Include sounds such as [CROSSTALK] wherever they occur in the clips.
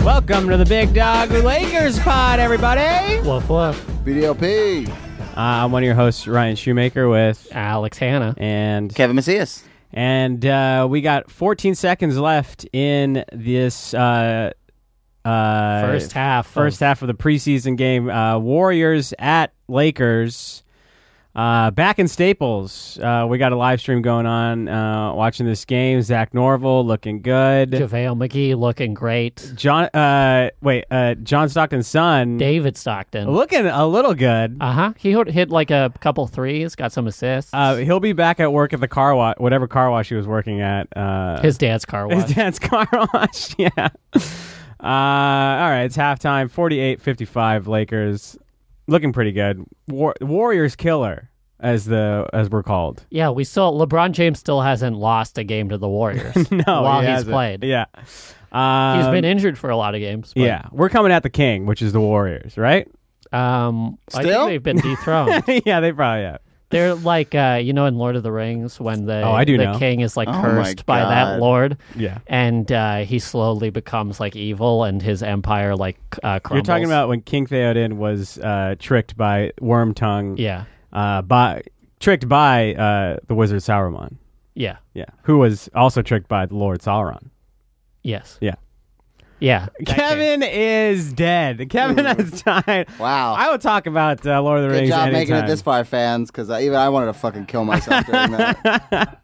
Welcome to the Big Dog Lakers Pod, everybody. Woof woof. BDLP. Uh, I'm one of your hosts, Ryan Shoemaker, with Alex Hanna. and Kevin Macias. and uh, we got 14 seconds left in this uh, uh, First half. of- first half of the preseason game. Uh, Warriors at Lakers. Uh, back in Staples, uh, we got a live stream going on. Uh, watching this game, Zach Norville looking good. JaVale McGee looking great. John, uh, wait, uh, John Stockton's son David Stockton. looking a little good. Uh huh. He hit- hit like a couple threes, got some assists. Uh, he'll be back at work at the car wash, whatever car wash he was working at. Uh, His dad's car [LAUGHS] his was. dad's car [LAUGHS] wash. yeah. Uh, all right, it's halftime. 48-55 Lakers, looking pretty good. War- Warriors killer, as the as we're called. [LAUGHS] yeah, we still LeBron James still hasn't lost a game to the [LAUGHS] Warriors No, he while he's hasn't. played. Yeah, um, He's been injured for a lot of games. But, Yeah, we're coming at the king, which is the Warriors, right? [LAUGHS] Um, I Still? think they've been [LAUGHS] dethroned. yeah, they probably have. They're like uh, you know in Lord of the Rings when the Oh, I do the know. king is like Oh my cursed by that God. lord. Yeah. And uh, he slowly becomes like evil, and his empire like c- uh, crumbles. You're talking about when King Theoden was uh, tricked by Worm Tongue, yeah, uh, by tricked by uh, the wizard Sauron. yeah, Yeah, who was also tricked by the Lord Sauron. yes, Yeah. yeah. that king. Kevin is dead. Kevin has died. Wow. I would talk about uh, Lord of the Good Rings. job anytime. making it this far, fans, because even I wanted to fucking kill myself during [LAUGHS] that.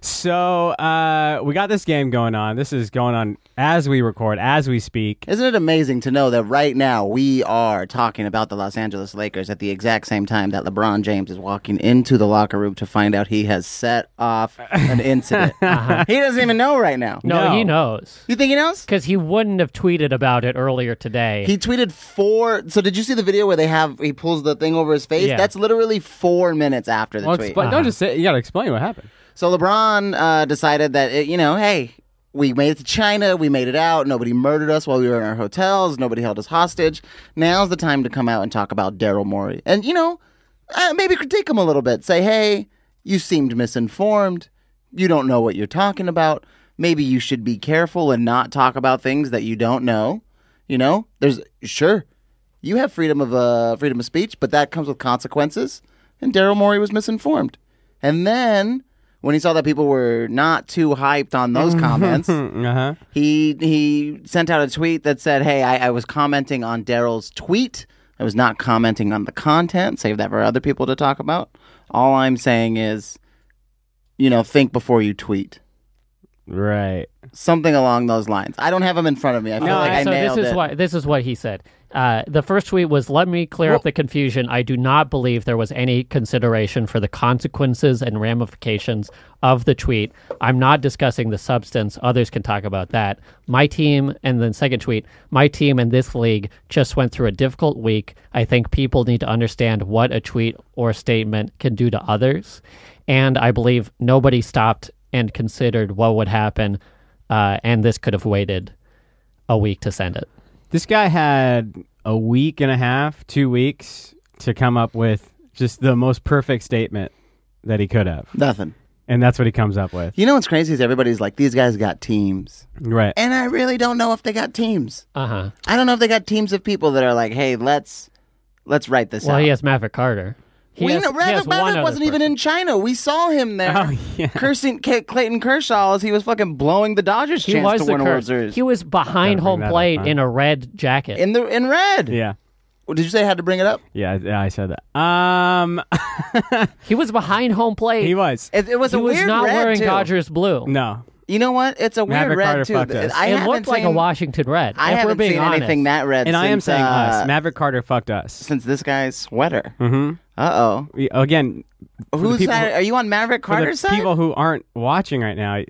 So uh, we got this game going on. This is going on as we record, as we speak. Isn't it amazing to know that right now we are talking about the Los Angeles Lakers at the exact same time that LeBron James is walking into the locker room to find out he has set off an incident? He doesn't even know right now. No, No. he knows You think he knows? because he wouldn't have tweeted about it earlier today. He tweeted four. So did you see the video where they have he pulls the thing over his face? Yeah. That's literally four minutes after the tweet. don't just say. You got to explain what happened. So LeBron uh, decided that it, you know, hey, we made it to China, we made it out. Nobody murdered us while we were in our hotels. Nobody held us hostage. Now's the time to come out and talk about Daryl Morey, and you know, uh, maybe critique him a little bit. Say, hey, you seemed misinformed. You don't know what you're talking about. Maybe you should be careful and not talk about things that you don't know. You know, there's sure you have freedom of uh, freedom of speech, but that comes with consequences. And Daryl Morey was misinformed. And then when he saw that people were not too hyped on those Mm-hmm. [LAUGHS] comments, Uh huh. he he sent out a tweet that said, "Hey, I, I was commenting on Daryl's tweet. I was not commenting on the content. Save that for other people to talk about. All I'm saying is, you know, think before you tweet." Right. Something along those lines. I don't have them in front of me. I feel No, like I so nailed this is it. what this is what he said. Uh, the first tweet was, "Let me clear up the confusion. I do not believe there was any consideration for the consequences and ramifications of the tweet. I'm not discussing the substance. Others can talk about that. My team, and then second tweet, my team and this league just went through a difficult week. I think people need to understand what a tweet or statement can do to others, and I believe nobody stopped and considered what would happen, uh, and this could have waited." a week to send it. This guy had a week and a half, two weeks to come up with just the most perfect statement that he could have. Nothing. And that's what he comes up with. You know what's crazy is everybody's like, these guys got teams. Right. And I really don't know if they got teams. Uh Uh-huh. huh. I don't know if they got teams of people that are like, hey, let's let's write this Well, out. he has Maverick Carter. He we has- know, he Rabbit has one Rabbit other wasn't even person. in China. We saw him there Oh, yeah. cursing K- Clayton Kershaw as he was fucking blowing the Dodgers He chance was to the win a World curse. Series He was Gotta bring behind home that up, plate huh? in a red jacket. in the in red. Yeah. Did you say I had to bring it up? Yeah, I I said that. Um, [LAUGHS] he was behind home plate. he was. It, it was He a was weird not red wearing too. Dodgers blue. No, You know what? It's a weird Maverick red Carter too. fucked us. I it haven't looked like a seen- Washington red. I if haven't we're being seen honest. anything that red. and since, I am saying uh, us. Maverick Carter fucked us. since this guy's sweater. Mm-hmm. Uh oh. We, again, for the Who's people- side? Are you on Maverick for the Carter's side? people who aren't watching right now,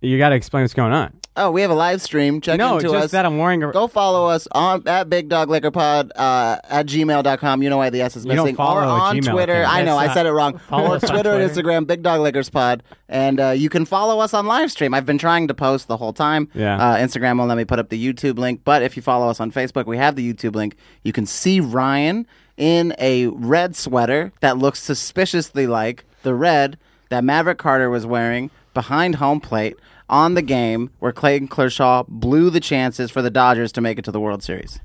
you got to explain what's going on. Oh, we have a live stream. Check no, into just us. that I'm wearing. A, Go follow us on at Big Dog Liquor Pod uh, at gmail.com. You know why the S is You don't missing. follow or a on Gmail Twitter. account. I know, That's I not- said it wrong. Follow or us on Twitter and Twitter. Instagram, Big Dog Liquors Pod. And uh, you can follow us on live stream. I've been trying to post the whole time. Yeah. Uh, Instagram won't let me put up the YouTube link. But if you follow us on Facebook, we have the YouTube link. You can see Ryan in a red sweater that looks suspiciously like the red that Maverick Carter was wearing behind home plate on the game where Clayton Kershaw blew the chances for the Dodgers to make it to the World Series.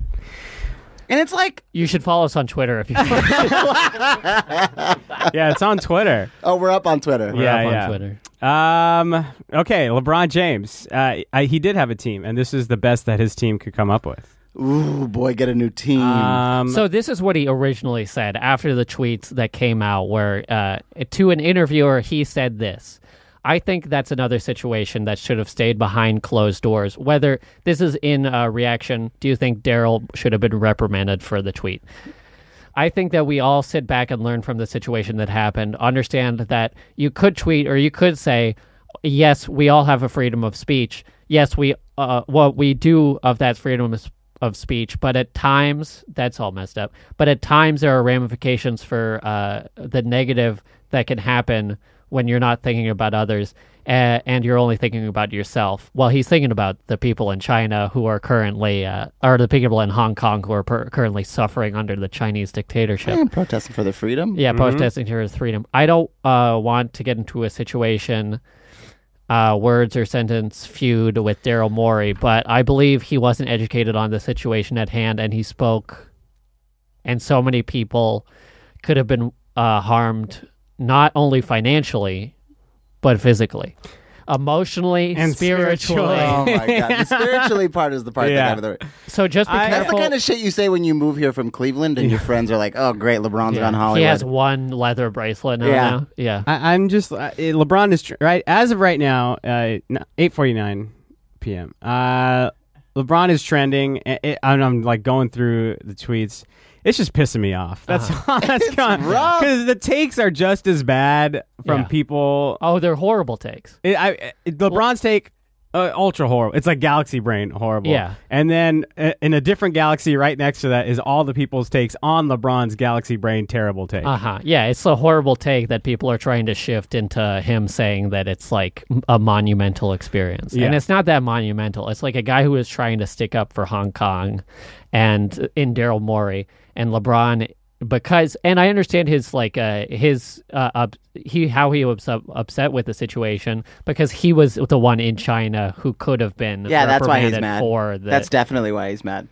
And it's like, You should follow us on Twitter [LAUGHS] if you want to [LAUGHS] yeah, it's on Twitter. oh, we're up on Twitter. yeah, on yeah. Twitter. Um. Okay, LeBron James. Uh, I, he did have a team, and this is the best that his team could come up with. Ooh, boy, get a new team. Um. So this is what he originally said after the tweets that came out, where uh, to an interviewer he said this. I think that's another situation that should have stayed behind closed doors. Whether this is in uh, reaction, do you think Daryl should have been reprimanded for the tweet? I think that we all sit back and learn from the situation that happened. Understand that you could tweet or you could say, "Yes, we all have a freedom of speech. Yes, we uh, what we do of that freedom of, of speech, but at times that's all messed up. But at times there are ramifications for uh, the negative that can happen when you're not thinking about others." Uh, and you're only thinking about yourself. Well, he's thinking about the people in China who are currently, uh, or the people in Hong Kong who are per- currently suffering under the Chinese dictatorship. Yeah, protesting for their freedom. Yeah, protesting for his freedom. I don't uh, want to get into a situation, uh, words or sentence feud with Daryl Morey, but I believe he wasn't educated on the situation at hand, and he spoke, and so many people could have been uh, harmed not only financially, but physically, emotionally, And spiritually. spiritually. Oh my god, the spiritually part is the part Yeah. that got me the. So just be I- That's the careful. kind of shit you say when you move here from Cleveland, and your friends are like, "Oh, great, LeBron's gone Hollywood." he has one leather bracelet now. Yeah. now. yeah. I, I'm just uh, LeBron is tr- right as of right now, uh, eight forty nine p.m. Uh, LeBron is trending. I- I- I'm, I'm like going through the tweets. It's just pissing me off. That's [LAUGHS] that's rough. because the takes are just as bad from Yeah. people. Oh, they're horrible takes. It, I, it, LeBron's take. Uh, ultra horrible. It's like galaxy brain horrible. Yeah. And then uh, in a different galaxy right next to that is all the people's takes on LeBron's galaxy brain terrible take. Uh huh. Yeah, it's a horrible take that people are trying to shift into him saying that it's like m- a monumental experience, Yeah. and it's not that monumental. It's like a guy who is trying to stick up for Hong Kong, and uh, in Daryl Morey and LeBron because, and I understand his like uh, his uh, up, he how he was up, upset with the situation because he was the one in China who could have been Yeah, that's why he's reprimanded mad. for the That's definitely why he's mad.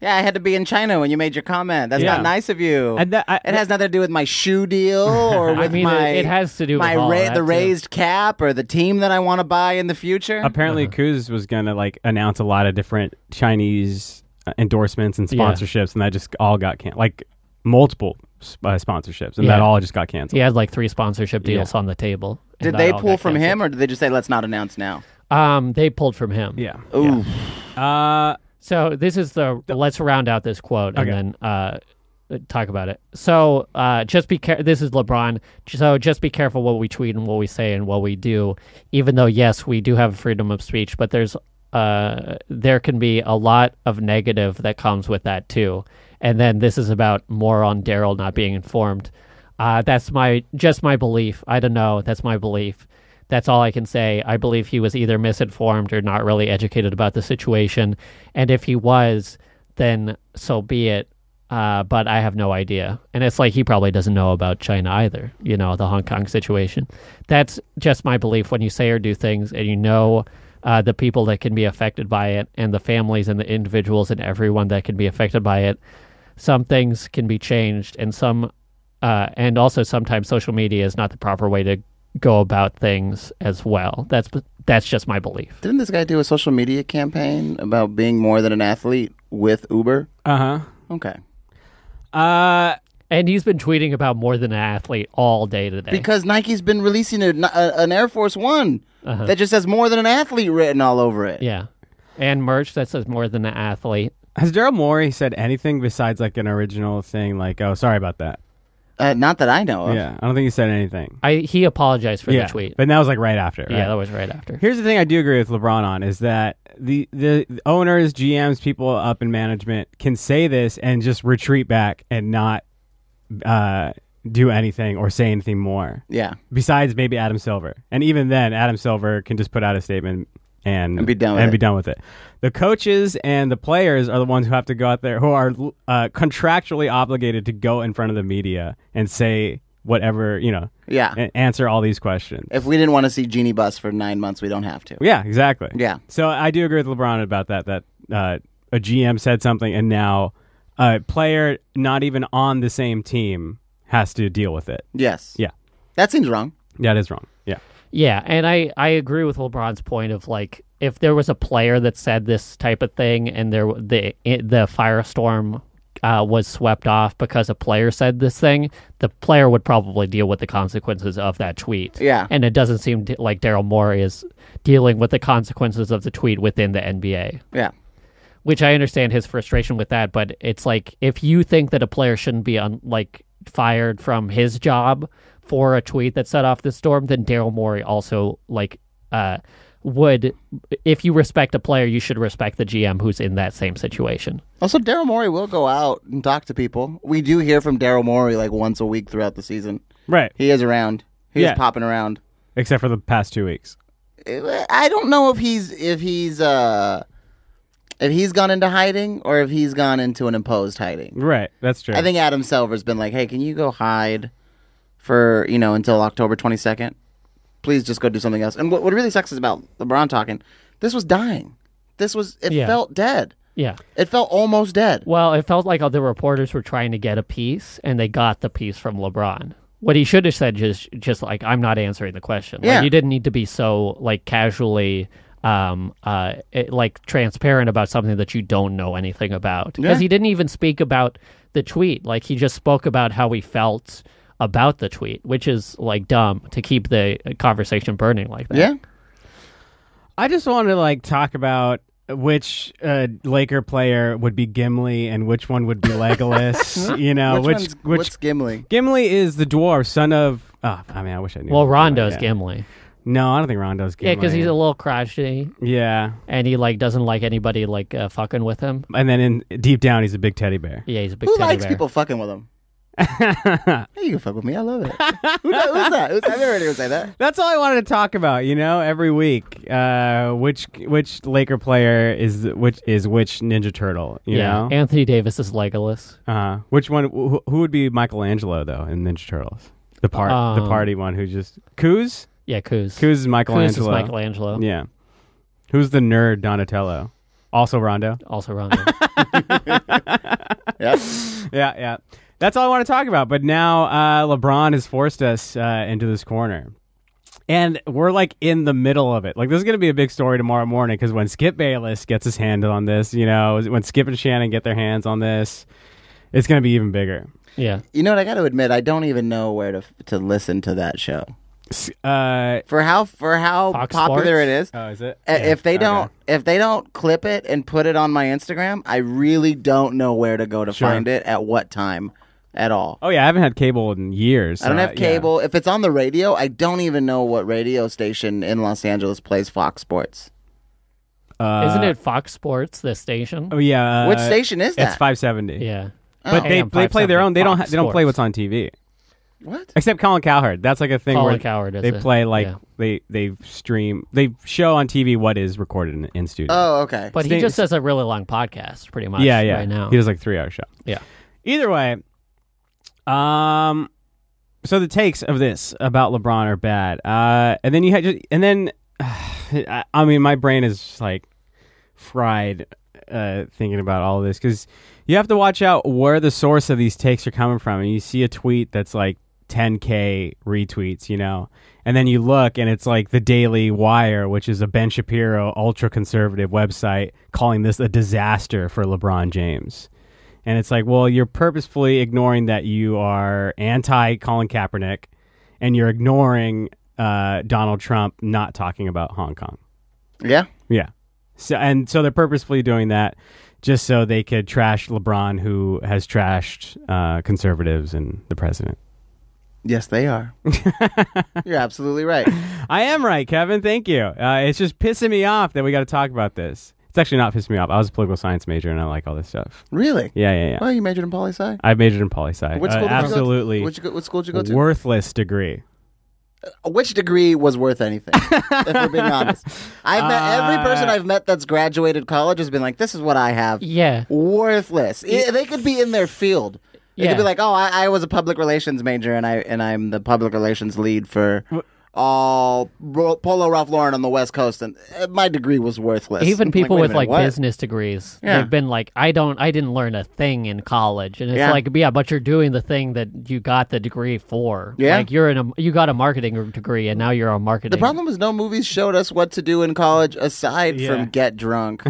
Yeah, I had to be in China when you made your comment. That's Yeah. not nice of you. And that- I- it has nothing to do with my [LAUGHS] shoe deal or with I mean, my. it, it has to do my with all ra- that, the too. raised cap or the team that I want to buy in the future. Apparently, Kuz was gonna like announce a lot of different Chinese uh, endorsements and Yeah. sponsorships, and that just all got canceled. Like multiple s- uh, sponsorships, and that Yeah. all just got He canceled. had like three sponsorship deals on the table. and did that they all pull got from canceled. him or did they just say let's not announce now? Um, they pulled from him. Yeah. Ooh, Uh, So this is the let's round out this quote Okay. and then uh, talk about it. So uh, just be care. This is LeBron. So just be careful what we tweet and what we say and what we do. Even though yes, we do have freedom of speech, but there's uh, there can be a lot of negative that comes with that too. And then this is about more on Daryl not being informed. Uh, that's my just my belief. I don't know. That's my belief. That's all I can say. I believe he was either misinformed or not really educated about the situation. And if he was, then so be it. Uh, but I have no idea. And it's like he probably doesn't know about China either, you know, the Hong Kong situation. That's just my belief when you say or do things and you know uh, the people that can be affected by it and the families and the individuals and everyone that can be affected by it. Some things can be changed and some uh, and also sometimes social media is not the proper way to go about things as well. That's that's just my belief. didn't this guy do a social media campaign about being more than an athlete with Uber? uh-huh. Okay, Uh And he's been tweeting about more than an athlete all day today. because Nike's been releasing a, a- an Air Force One Uh-huh. that just has more than an athlete written all over it. yeah, and merch that says more than an athlete. Has Daryl Morey said anything besides like an original thing? Like, oh, sorry about that. Uh, not that I know of. Yeah, I don't think he said anything. I he apologized for yeah, the tweet. but that was like right after. Yeah, right? that was right after. Here's the thing I do agree with LeBron on is that the, the the owners, GMs, people up in management can say this and just retreat back and not uh, do anything or say anything more. Yeah, Besides maybe Adam Silver, and even then, Adam Silver can just put out a statement and, And be done with it. with it. The coaches and the players are the ones who have to go out there, who are uh, contractually obligated to go in front of the media and say whatever you know Yeah. a- answer all these questions. If we didn't want to see Genie Bus for nine months, we don't have to. yeah, exactly. Yeah. So I do agree with LeBron about that. That uh, a GM said something, and now a player not even on the same team has to deal with it. Yes. Yeah, That seems wrong. that is wrong. Yeah, Yeah, and I I agree with LeBron's point of like if there was a player that said this type of thing and there the it, the firestorm uh, was swept off because a player said this thing, the player would probably deal with the consequences of that tweet. Yeah. and it doesn't seem to, like Daryl Morey is dealing with the consequences of the tweet within the NBA Yeah. which I understand his frustration with that, but it's like if you think that a player shouldn't be on like fired from his job for a tweet that set off the storm, then Daryl Morey also like uh would if you respect a player, you should respect the GM who's in that same situation. Also, Daryl Morey will go out and talk to people. We do hear from Daryl Morey like once a week throughout the season. right. He is around. He's Yeah. popping around. Except for the past two weeks. I don't know if he's if he's uh if he's gone into hiding or if he's gone into an imposed hiding. Right. That's true. I think Adam Silver's been like, "Hey, can you go hide for you know until October twenty second? Please just go do something else." And what, what really sucks is about LeBron talking. This was dying. This was it Yeah. felt dead. Yeah. It felt almost dead. Well, it felt like all the reporters were trying to get a piece and they got the piece from LeBron. What he should have said is just like, I'm not answering the question. Yeah. Like, you didn't need to be so like casually um uh it- like transparent about something that you don't know anything about because Yeah. he didn't even speak about the tweet like he just spoke about how he felt about the tweet which is like dumb to keep the conversation burning like that Yeah. I just want to like talk about which uh, Laker player would be Gimli and which one would be [LAUGHS] Legolas. you know, Uh, Which which one's, which what's [LAUGHS] Gimli? Gimli is the dwarf son of. Oh, I mean, I wish I knew. well what rondo's yeah. gimli No, I don't think Rondo's yeah Gimli. because he's a little crotchety yeah, and he like doesn't like anybody like uh, fucking with him and then in deep down, he's a big teddy bear. Yeah, he's a big Who teddy likes bear. people fucking [LAUGHS] with him? hey, you can fuck with me. I love it. Who, who's that? Who's, I've never heard anyone say that. That's all I wanted to talk about. You know, every week, uh, which which Laker player is which is which Ninja Turtle? You yeah, know, Anthony Davis is Legolas. uh, which one? Who, who would be Michelangelo though in Ninja Turtles? The part the Um, party one who just Coos Yeah, Kuz. Coos is Kuz is Michelangelo. Michelangelo. Yeah, who's the nerd Donatello? Also Rondo. Also Rondo. [LAUGHS] Yep. Yeah, yeah. That's all I want to talk about. But now uh, LeBron has forced us uh, into this corner. And we're like in the middle of it. Like, this is going to be a big story tomorrow morning because when Skip Bayless gets his hand on this, you know, when Skip and Shannon get their hands on this, it's going to be even bigger. yeah. You know what? I got to admit, I don't even know where to to listen to that show. S- Uh, For how for how Fox popular it is, oh, is it? Uh, If they okay. don't, if they don't clip it and put it on my Instagram, I really don't know where to go to Sure. find it at what time, at all. Oh, yeah. I haven't had cable in years. I don't so, have yeah. cable. If it's on the radio, I don't even know what radio station in Los Angeles plays Fox Sports. Uh, Isn't it Fox Sports, the station? Oh, yeah. Uh, Which station is It's that? 570. yeah. Oh. Oh. But they, AM they play their 570 own. They don't, ha- Fox they don't play what's Sports. on TV. what? Except Colin Cowherd. That's like a thing Colin where Cowherd is they it. play like Yeah. they they stream they show on TV what is recorded in, in studio. Oh, okay. But he Sta- just does a really long podcast, pretty much. yeah, yeah. Right now. He does like three hour show. Yeah. Either way, um, so the takes of this about LeBron are bad. Uh, and then you had just and then [SIGHS] I I mean my brain is just like fried uh, thinking about all this because you have to watch out where the source of these takes are coming from. And you see a tweet that's like 10k retweets, you know, and then you look and it's like the Daily Wire, which is a Ben Shapiro ultra conservative website, calling this a disaster for LeBron James. And it's like, well, you're purposefully ignoring that you are anti Colin Kaepernick, and you're ignoring uh, Donald Trump not talking about Hong Kong. yeah. Yeah. So and so they're purposefully doing that just so they could trash LeBron, who has trashed uh, conservatives and the president. Yes, they [LAUGHS] are. You're absolutely right. I am right, Kevin. Thank you. Uh, it's just pissing me off that we got to talk about this. It's actually not pissing me off. I was a political science major and I like all this stuff. Really? Yeah, yeah, yeah. Well, you majored in poli sci. I majored in poli sci. What Uh, school did you go to? absolutely Which, what school did you go to? worthless degree. Which degree was worth anything? if we're [LAUGHS] being honest, I've met Uh, every person I've met that's graduated college has been like, "This is what I have." Yeah. worthless. I- they could be in their field. It Yeah. could be like, oh, I, I was a public relations major, and I and I'm the public relations lead for all Ro- Polo Ralph Lauren on the West Coast, and uh, my degree was worthless. Even Like, people wait a with minute, like what? business degrees, Yeah. they've been like, I don't, I didn't learn a thing in college, and it's Yeah. like, yeah, but you're doing the thing that you got the degree for. Yeah. like you're in a, you got a marketing degree, and now you're on marketing. The problem is no movies showed us what to do in college aside Yeah. from [LAUGHS] get drunk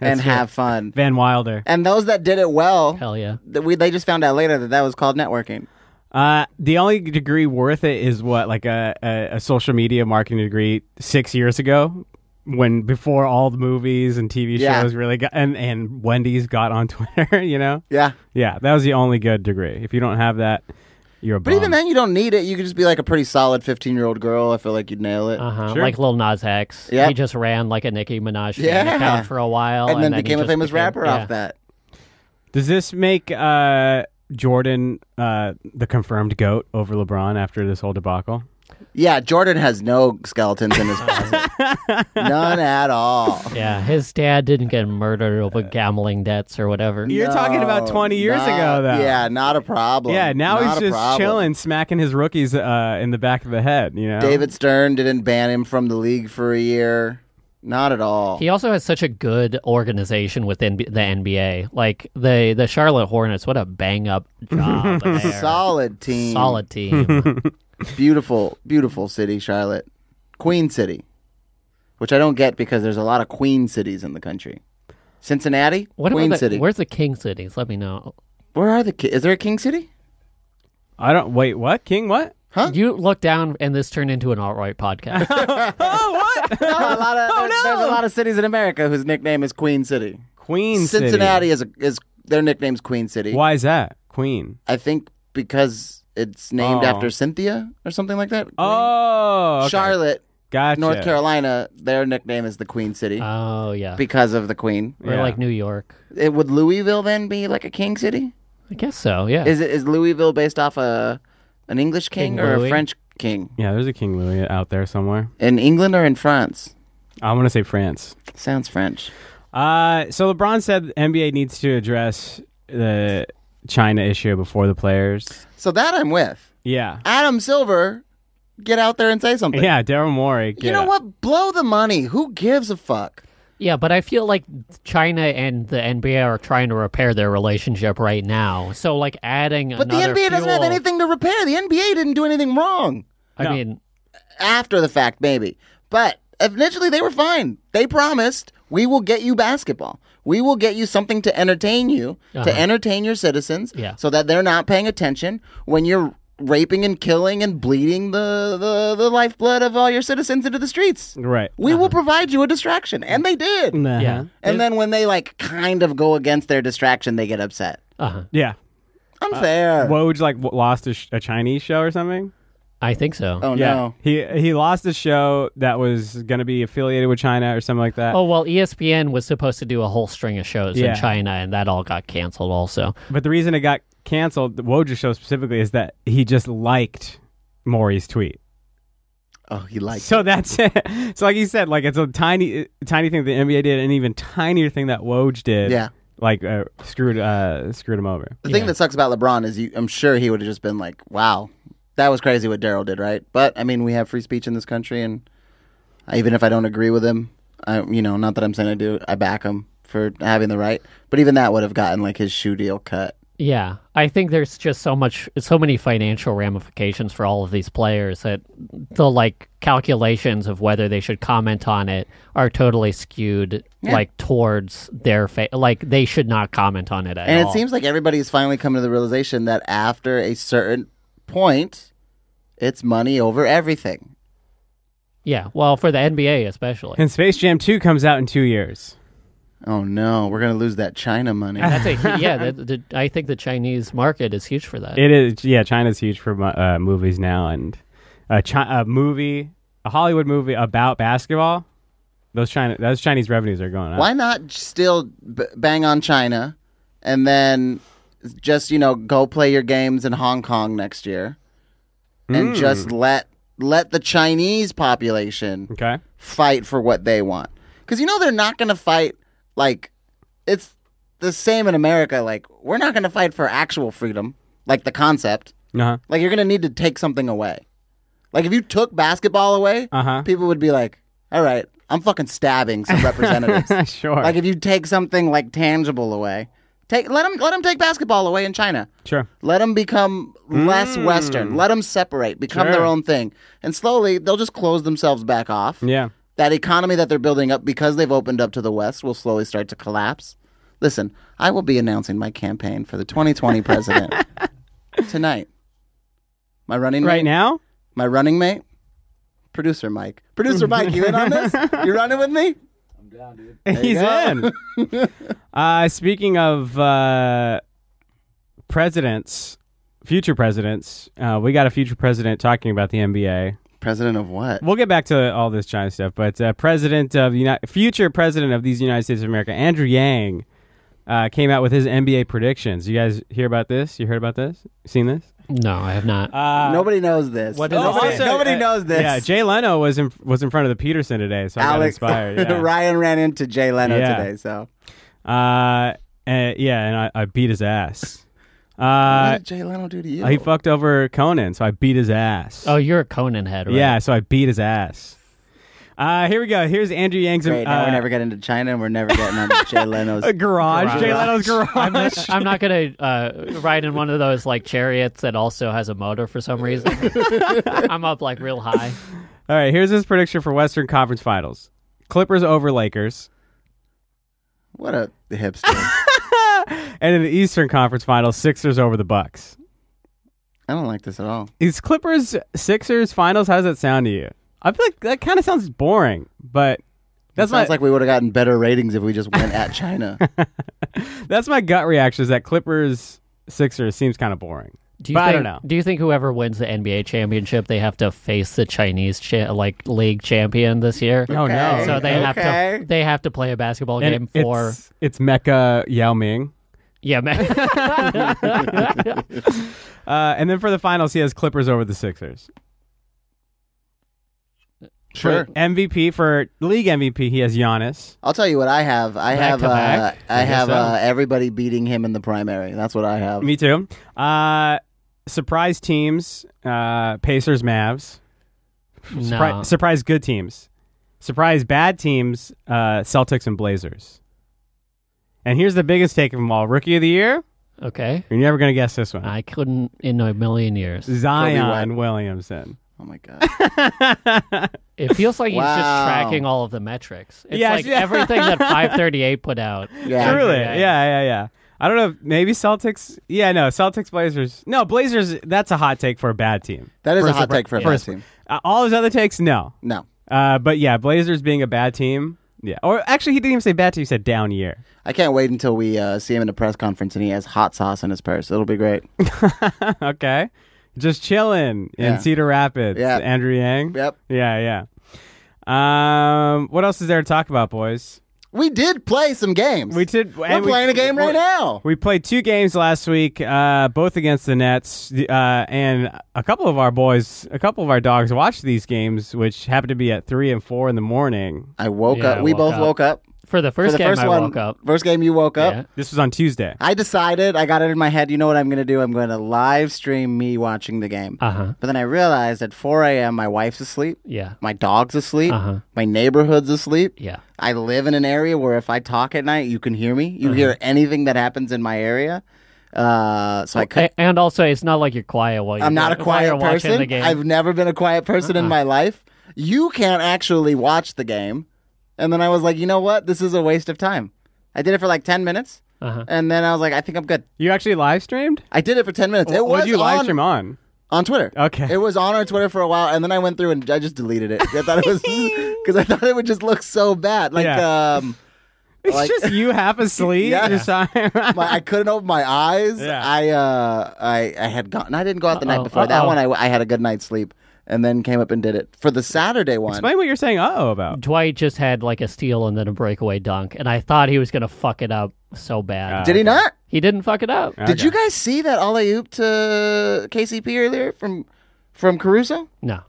and have fun. Van Wilder. And those that did it well, hell yeah, th- we they just found out later that that was called networking. Uh, the only degree worth it is what, like a, a, a social media marketing degree six years ago, when before all the movies and TV Yeah. shows really got, and, and Wendy's got on [LAUGHS] Twitter, you know? Yeah. Yeah, that was the only good degree. If you don't have that, you're a But bum. even then, you don't need it. You could just be like a pretty solid 15 year old girl. I feel like you'd nail it. uh huh, Sure. like Lil Nas X. Yeah. he just ran like a Nicki Minaj fan Yeah. account for a while, Oh, and, then he became a just famous became- rapper yeah. off that. Does this make uh, Jordan uh, the confirmed GOAT over LeBron after this whole debacle? Yeah, Jordan has no skeletons in his closet. [LAUGHS] None at all. Yeah, his dad didn't get [LAUGHS] murdered over gambling debts or whatever. You're talking about No, 20 years not- ago, though. Yeah, not a problem. Yeah, now Not a he's just problem. chilling, smacking his rookies uh, in the back of the head, you know? David Stern didn't ban him from the league for a year. Not at all. He also has such a good organization within the NBA. Like the the Charlotte Hornets, what a bang [LAUGHS] up job. there. Solid team. Solid [LAUGHS] team. Beautiful, beautiful city, Charlotte. Queen City. Which I don't get because there's a lot of queen cities in the country. Cincinnati? What queen about the, City. Where's the King Cities? Let me know. Where are the ki- Is there a king city? I don't, wait, what? King, what? You look down, and this turned into an [LAUGHS] alt-right podcast. [LAUGHS] [LAUGHS] Oh, No, a lot of, there's, there's a lot of cities in America whose nickname is Queen City. Queen City. Cincinnati is a, is their nickname's Queen City. Why is that? Queen. I think because it's named Oh. after Cynthia or something like that. Oh, okay. Charlotte, Gotcha. Uh. North Carolina, their nickname is the Queen City oh yeah, because of the Queen. we're Yeah. like New York. It, would Louisville then be like a king city? I guess so. Yeah. Is it is Louisville based off a an English king, King or Louis? a French king Yeah, there's a King Louis out there somewhere. in England or in France? I want to say France. Sounds French. Uh, so LeBron said NBA needs to address the China issue before the players. So that I'm with. Yeah. Adam Silver, get out there and say something. Yeah, Daryl Morey. You know what? Blow the money. Who gives a fuck? yeah, but I feel like China and the NBA are trying to repair their relationship right now. So like adding But the another NBA doesn't have fuel- anything to repair. The NBA didn't do anything wrong. I No. mean, After the fact, maybe. But initially, they were fine. They promised we will get you basketball. We will get you something to entertain you, to entertain your citizens, Yeah. so that they're not paying attention when you're raping and killing and bleeding the, the, the lifeblood of all your citizens into the streets. Right. We will provide you a distraction. And they did. Uh-huh. yeah, And then when they like kind of go against their distraction, they get upset. uh-huh. Yeah. Unfair. Woj like w- lost a, sh- a Chinese show or something. I think so. oh yeah. no. He he lost a show that was going to be affiliated with China or something like that. Oh well, ESPN was supposed to do a whole string of shows Yeah. in China, and that all got canceled. Also, But the reason it got canceled, the Woj's show specifically, is that he just liked Maury's tweet. Oh, he likes. So that's [LAUGHS] it. So like you said, like it's a tiny tiny thing the NBA did, an even tinier thing that Woj did. Yeah. Like uh, screwed uh, screwed him over. The thing that sucks about LeBron is you, I'm sure he would have just been like, wow, that was crazy what Daryl did, right? But I mean, we have free speech in this country, and I, even if I don't agree with him, I, you know, not that I'm saying I do, I back him for having the right. But even that would have gotten like his shoe deal cut. yeah, I think there's just so much, so many financial ramifications for all of these players that the like calculations of whether they should comment on it are totally skewed, like towards their fa- like they should not comment on it at And all. it seems like everybody's finally come to the realization that after a certain point, it's money over everything. yeah, well, for the NBA [LAUGHS] especially, And Space Jam 2 comes out in 2 years. Oh no, we're gonna lose that [LAUGHS] China money. that's a hu- yeah. That, the, I think the Chinese market is huge for that. It is yeah, China's huge for mo- uh, movies now and a, chi- a movie, a Hollywood movie about basketball. Those China those Chinese revenues are going up. Why not j- still b- bang on China and then just, you know, go play your games in Hong Kong next year and just let let the Chinese population Okay. fight for what they want. Cuz you know they're not going to fight like it's the same in America like we're not going to fight for actual freedom. like the concept. Uh-huh. [LAUGHS] Like you're gonna need to take something away. Like if you took basketball away, Uh-huh. people would be like, "All right, I'm fucking stabbing some representatives." sure. like if you take something like tangible away, take let them let them take basketball away in China. sure. Let them become less Western. Let them separate, Mm. become Sure. their own thing, and slowly they'll just close themselves back off. Yeah. That economy that they're building up because they've opened up to the West will slowly start to collapse. Listen, I will be announcing my campaign for the 2020 [LAUGHS] president tonight. My running Right mate, now? my running mate, producer Mike. Producer Mike, you in on [LAUGHS] this? You running with me? He's in. [LAUGHS] uh, speaking of uh, presidents, future presidents, uh, we got a future president talking about the NBA. President of what? We'll get back to all this China stuff, but uh, president of the Uni- future president of these United States of America, Andrew Yang, uh, came out with his NBA predictions. You guys hear about this? You heard about this? Seen this? No, I have not. Uh, Nobody knows this. What is nobody it say? nobody knows this. Yeah, Jay Leno was in was in front of the Peterson today, so I got Alex [LAUGHS] inspired. Yeah. Ryan ran into Jay Leno Yeah. today, so Uh, and, yeah, and I, I beat his ass. what Uh, did Jay Leno do to you? he fucked over Conan, so I beat his ass. oh, you're a Conan head, right? yeah, so I beat his ass. Uh, here we go. Here's Andrew Yang's Great. Now uh, we never get into China, and we're never getting on [LAUGHS] Jay Leno's. uh, [LAUGHS] garage, Jay Leno's garage. I'm not, I'm not gonna uh, ride in one of those like chariots that also has a motor for [LAUGHS] some reason. I'm up like real high. [LAUGHS] All right, here's his prediction for Western Conference Finals: Clippers over Lakers, What a hipster! and in the Eastern Conference Finals, Sixers over the Bucks. I don't like this at all. Is Clippers Sixers Finals? How does that sound to you? I feel like that kind of sounds boring, but that's That sounds my like we would have gotten better ratings if we just went [LAUGHS] at China. that's my gut reaction is that Clippers Sixers seems kind of boring. Do you But think, I don't know. Do you think whoever wins the NBA championship, they have to face the Chinese cha- like league champion this year? Oh no! So they Okay. have to they have to play a basketball And game it's, for it's Mecca Yao Ming. yeah. Man. [LAUGHS] Uh, and then for the finals, he has Clippers over the Sixers. sure. For MVP for league MVP, he has Giannis. I'll tell you what I have. I have. Uh, Back-to-back? I I guess have so. uh, everybody beating him in the primary. That's what I have. Me too. Uh, surprise teams: uh, Pacers, Mavs. [LAUGHS] Surpri- no. Surprise good teams. Surprise bad teams: uh, Celtics and Blazers. And here's the biggest take of them all: Rookie of the Year. Okay. You're never gonna guess this one. I couldn't in a million years. Zion [LAUGHS] White. Williamson. Oh my god. It feels like he's Wow. just tracking all of the metrics. It's Yes, like yeah. everything [LAUGHS] that 538 put out. Yeah. Truly. Yeah. Yeah, yeah, yeah. I don't know. if- Maybe Celtics. Yeah, no. Celtics, Blazers. No, Blazers. That's a hot take for a bad team. That is For a hot surpri- take for a for a first sp- team. Uh, all his other takes, no. No, Uh, but yeah, Blazers being a bad team. Yeah. Or actually, he didn't even say bad team. He said down year. [LAUGHS] I can't wait until we uh, see him in a press conference and he has hot sauce in his purse. It'll be great. okay. Just chilling Yeah. in Cedar Rapids. Yeah. Andrew Yang. Yep. Yeah, yeah. Um, what else is there to talk about, boys? We did play some games. We did. We're and we- playing a game right now. We played two games last week, uh, both against the Nets, the- uh, and a couple of our boys, a couple of our dogs watched these games, which happened to be at three and four in the morning. I woke Yeah, up. We woke both up. woke up. For the first for the game, first I one, woke up. first game you woke up. Yeah. This was on Tuesday. I decided, I got it in my head, you know what I'm going to do? I'm going to live stream me watching the game. Uh huh. But then I realized at 4 a.m., my wife's asleep, Yeah. my dog's asleep, Uh-huh. my neighborhood's asleep. Yeah. I live in an area where if I talk at night, you can hear me. Uh-huh. You hear anything that happens in my area. Uh, so I could. A- And also, it's not like you're quiet while you're I'm not a while you're quiet watching The person. game. I've never been a quiet person Uh-uh. in my life. You can't actually watch the game. And then I was like, you know what? This is a waste of time. I did it for like 10 minutes. Uh-huh. And then I was like, I think I'm good. You actually live streamed? I did it for 10 minutes. it what was did you live on, stream on? [LAUGHS] on Twitter. Okay. It was on our Twitter for a while. And then I went through and I just deleted it. I thought [LAUGHS] it was [LAUGHS] because I thought it would just look so bad. Like, Yeah. um, It's Like- just you half asleep. [LAUGHS] Yeah. just- my, I couldn't open my eyes. Yeah. I, uh, I, I had gotten, I didn't go out the night Uh-oh, before. That uh-oh. one, I, I had a good night's sleep and then came up and did it for the Saturday [LAUGHS] one. Explain what you're saying. Oh, about Dwight just had like a steal and then a breakaway dunk, and I thought he was gonna fuck it up so bad. Did he not? he didn't fuck it up. Did you guys see that alley oop to KCP earlier from from Caruso? No.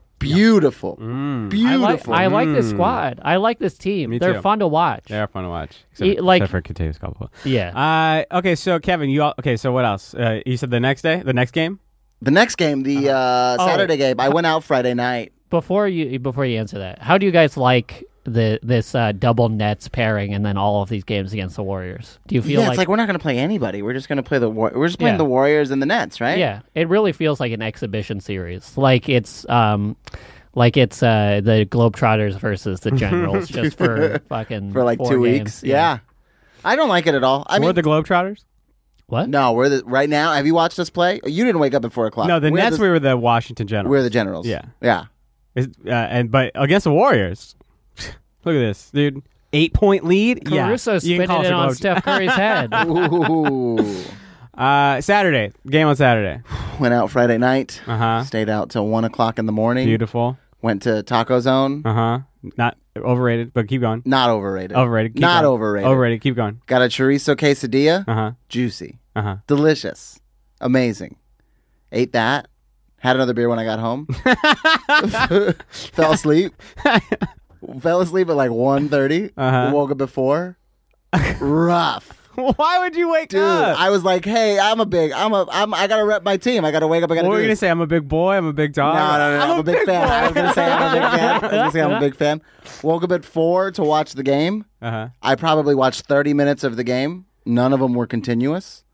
Beautiful. I like, Beautiful. I like this squad. I like this team. Hmm. Me They're too. fun to watch. They are fun to watch. Except, E- like- except for Contagious Couple. Yeah. Uh, okay, so Kevin, you all, okay? So what else? Uh, you said the next day, the next game. the next game, the Uh-huh. uh, Oh. Saturday game, I went out Friday night. before you before you answer that, how do you guys like the this uh, double nets pairing and then all of these games against the Warriors? Do you [LAUGHS] feel yeah, like, it's like we're not going to play anybody. We're just going to play the War- we're just playing Yeah. the Warriors and the Nets, right? yeah, it really feels like an exhibition series. Like it's um like it's uh the Globetrotters versus the [LAUGHS] Generals just for fucking for like four two games. weeks. Yeah. I don't like it at all. I We're mean, the Globetrotters. What? no, we're the, right now. Have you watched us play? You didn't wake up at four o'clock. No, the we're Nets. uh, The, we were the Washington Generals. we're the Generals. Yeah. yeah. [LAUGHS] Is- uh, and but against the Warriors, [LAUGHS] look at this, dude. Eight point lead. Caruso yeah, You can spinning call it a on Globetrot- Steph Curry's head. [LAUGHS] Ooh. Uh, Saturday game on Saturday. Went out Friday night. Uh Uh-huh. huh. Stayed out till one o'clock in the morning. Beautiful. Went to Taco Zone. Uh huh. Not overrated, but keep going. Not overrated. Overrated. Keep Not going. overrated. Overrated. Keep going. Got a chorizo quesadilla. Uh huh. Juicy. Uh huh. Delicious. Amazing. Ate that. Had another beer when I [LAUGHS] got home. [LAUGHS] Fell asleep. Fell asleep at like 1.30. Uh-huh. Woke up before. Rough. [LAUGHS] [LAUGHS] Why would you wake Dude, up? I was like, hey, I'm a big, I'm a, I'm, I gotta rep my team. I gotta wake up. I gotta what were do you gonna this. say? I'm a big boy. I'm a big dog. No, no, no, no, I'm, a big, fan. I was gonna say I'm a big fan. I was gonna say I'm a big fan. Woke up at four to watch the game. Uh [LAUGHS] huh. I probably watched 30 minutes of the game. None of them were continuous.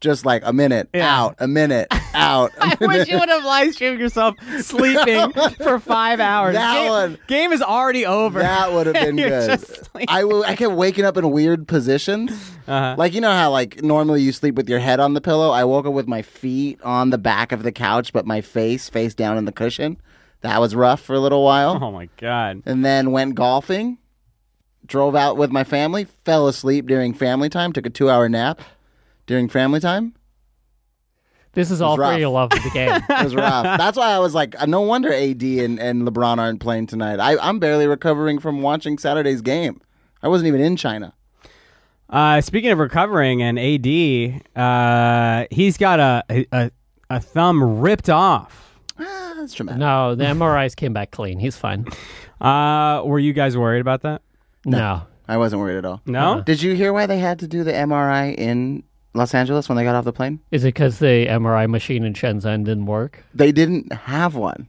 Just like a minute Yeah. out, a minute out. [LAUGHS] a I minute. wish you would have live streamed [LAUGHS] yourself sleeping for five hours. That game, one. game is already over. That would have [LAUGHS] been You're good. just sleeping. I will. I kept waking up in weird positions. Uh-huh. Like you know how like normally you sleep with your head on the pillow. I woke up with my feet on the back of the couch, but my face face down in the cushion. That was rough for a little while. oh my god. and then went golfing, drove out with my family, fell asleep during family time, took a two hour nap during family time. This is all rough. three you love of the [LAUGHS] game. It was rough. That's why I was like, no wonder AD and, and LeBron aren't playing tonight. I, I'm barely recovering from watching Saturday's game. I wasn't even in China. Uh, speaking of recovering and AD, uh, he's got a, a a thumb ripped off. Ah, that's traumatic. no, the MRIs came back clean. He's fine. Uh, were you guys worried about that? no. I wasn't worried at all. No. Did you hear why they had to do the MRI in Los Angeles when they got off the plane? Is it because the MRI machine in Shenzhen didn't work? They didn't have one.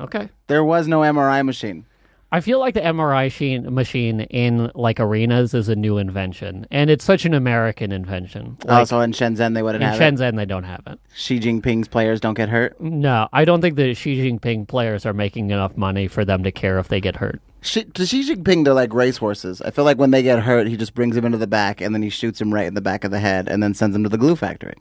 Okay. There was no MRI machine. I feel like the MRI sheen- machine in like arenas is a new invention, and it's such an American invention. Oh, Like, also in Shenzhen, they wouldn't in have Shenzhen, they don't have it. it. Xi Jinping's players don't get hurt. No, I don't think the Xi Jinping players are making enough money for them to care if they get hurt. Shi to Xi Jinping, they're like racehorses. I feel like when they get hurt, he just brings them into the back and then he shoots him right in the back of the head and then sends him to the glue factory.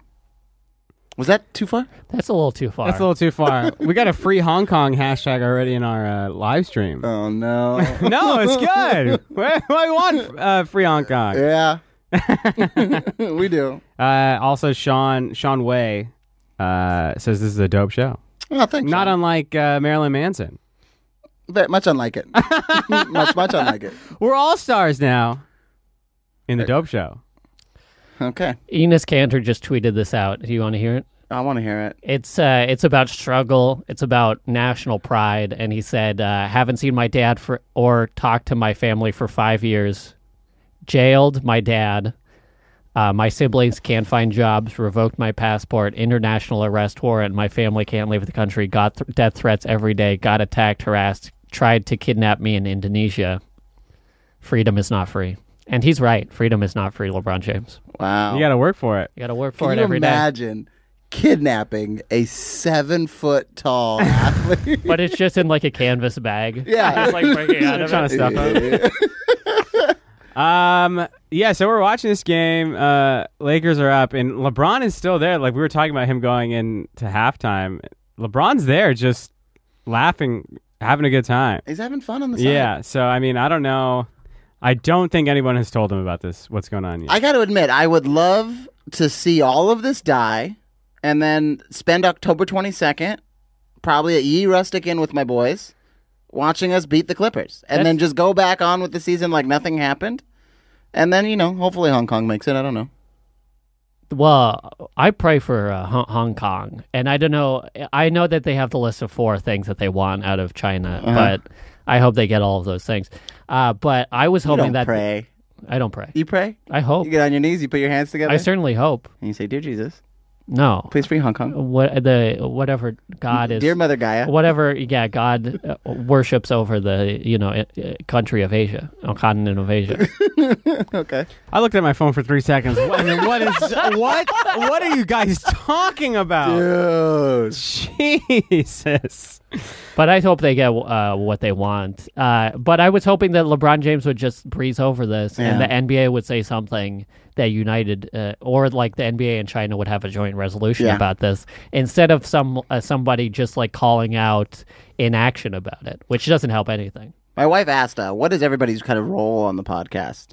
Was that too far? That's a little too far. That's a little too far. we got a free Hong Kong hashtag already in our uh, live stream. Oh no. [LAUGHS] no, it's good. we, we want uh, free Hong Kong. [LAUGHS] yeah. [LAUGHS] we do. Uh, also, Sean Sean Way uh, says this is a dope show. Oh, thanks. Not Not unlike uh, Marilyn Manson. very much unlike it. [LAUGHS] much much unlike it. We're all stars now in the dope show. Okay. Enos Cantor just tweeted this out. Do you want to hear it? I want to hear it. It's uh, it's about struggle. It's about national pride. And he said, uh, "Haven't seen my dad for or talked to my family for five years. Jailed my dad. Uh, my siblings can't find jobs. Revoked my passport. International arrest warrant. My family can't leave the country. Got th- death threats every day. Got attacked, harassed. Tried to kidnap me in Indonesia. Freedom is not free." And he's right. Freedom is not free, LeBron James. Wow. You got to work for it. You got to work for Can it you every day. imagine kidnapping a seven foot tall [LAUGHS] [LAUGHS] athlete? but it's just in like a canvas bag. [LAUGHS] Yeah. It's like breaking out of Trying it. to stuff up. Um. Yeah. So we're watching this game. Uh, Lakers are up, and LeBron is still there. Like we were talking about him going into halftime. LeBron's there, just laughing, having a good time. He's having fun on the side. Yeah. So I mean, I don't know. I don't think anyone has told him about this. What's going on? Yet. I got to admit, I would love to see all of this die and then spend October 22nd probably at Ye Rustic Inn with my boys watching us beat the Clippers and then just go back on with the season like nothing happened. And then, you know, hopefully Hong Kong makes it. I don't know. Well, I pray for uh, Hong-, Hong Kong, and I don't know. I know that they have the list of four things that they want out of China, Uh-huh. but I hope they get all of those things. Uh, but I was You hoping don't that pray. I don't pray. You pray. I hope. You get on your knees. You put your hands together. I certainly hope. and you say, "Dear Jesus, No, please free Hong Kong." what the whatever God is, Dear Mother Gaia. whatever. Yeah, God uh, worships over the you know uh, uh, country of Asia, or continent of Asia. Okay. I looked at my phone for three seconds. What, I mean, what [LAUGHS] is what? What are you guys talking about? Dude. Jesus. But I hope they get uh, what they want. Uh, but I was hoping that LeBron James would just breeze over this, Yeah. and the NBA would say something that united, uh, or like the NBA and China would have a joint resolution Yeah. about this, instead of some uh, somebody just like calling out inaction about it, which doesn't help anything. My wife asked, uh, "What is everybody's kind of role on the podcast?"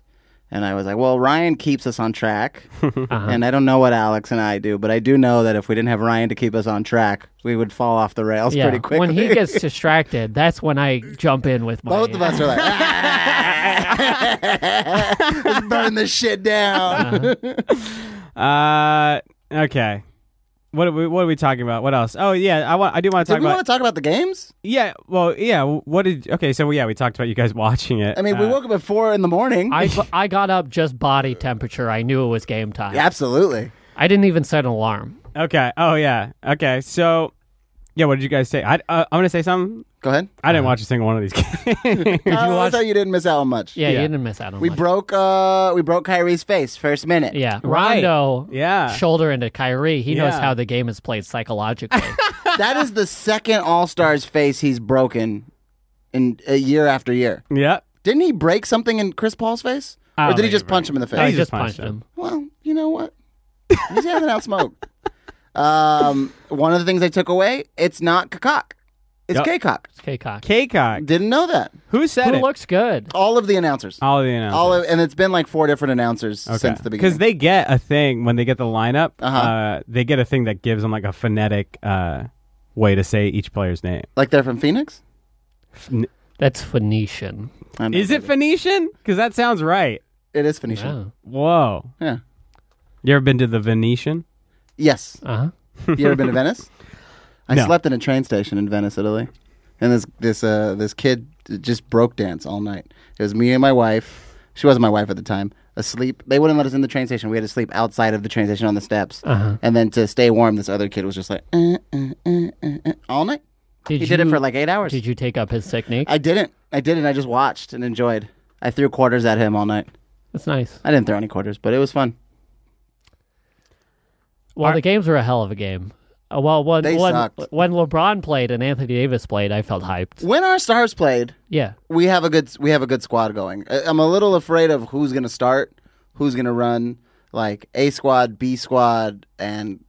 And I was like, "Well, Ryan keeps us [LAUGHS] on track, Uh-huh. and I don't know what Alex and I do, but I do know that if we didn't have Ryan to keep us on track, we would fall off the rails pretty quickly." when he gets distracted, that's when I jump in with my. Both of us [LAUGHS] are like, "Ah, [LAUGHS] let's burn this shit Uh-huh. down. Uh, okay. What are we What are we talking about? What else? Oh yeah, I want. I do want to Did talk we about. want to talk about the games? yeah. Well, yeah. What did? Okay. So yeah, we talked about you guys [LAUGHS] watching it. I mean, we Uh, woke up at four in the morning. I, I got up just body temperature. I knew it was game time. Absolutely. I didn't even set an alarm. Okay. Oh yeah. Okay. So yeah, what did you guys say? I uh, I'm gonna say something. Go ahead. Uh, I didn't watch a single one of these [LAUGHS] games. I thought you didn't miss out on much. Yeah, Yeah. you didn't miss out on We much. broke uh we broke Kyrie's face first minute. Yeah, Right. Rondo. [LAUGHS] Yeah. shoulder into Kyrie. He knows Yeah. how the game is [LAUGHS] played psychologically. Oh, That is the second All Stars face he's broken in uh, year after year. yep. Didn't he break something in Chris Paul's face? I Or don't did he think just he punch him in the I just face? just punched punched him. him. Well, you know what? He's having out smoke. Um, one of the things I took away, it's not Kakak. It's Yep. Kakak. It's K-Cock. Kaycock. Didn't know that. Who said Who it? looks good? All of the announcers. All of the announcers. All of, and it's been like four different announcers since the beginning. Because they get a thing when they get the lineup. Uh-huh. Uh, they get a thing that gives them like a phonetic uh, way to say each player's name. like they're from Phoenix? That's Phoenician. I know Is it that Phoenician? Because that sounds right. It is Phoenician. Oh. Whoa. Yeah. You ever been to the Venetian? Yes. Uh-huh. You ever been to Venice? I No. slept in a train station in Venice, Italy, and this this uh, this kid just broke dance all night. It was me and my wife. She wasn't my wife at the time. Asleep. They wouldn't let us in the train station. We had to sleep outside of the train station on the steps. Uh-huh. And then to stay warm, this other kid was just like uh, uh, uh, uh, uh, all night. Did he did it you- for like eight hours. Did you take up his technique? I didn't. I didn't. I just watched and enjoyed. I threw quarters at him all night. That's nice. I didn't throw any quarters, but it was fun. Well, the games were a hell of a game. Uh, well, when They when, sucked. when LeBron played and Anthony Davis played, I felt hyped. When our stars played, Yeah. we have a good we have a good squad going. I- I'm a little afraid of who's going to start, who's going to run, like A squad, B squad, and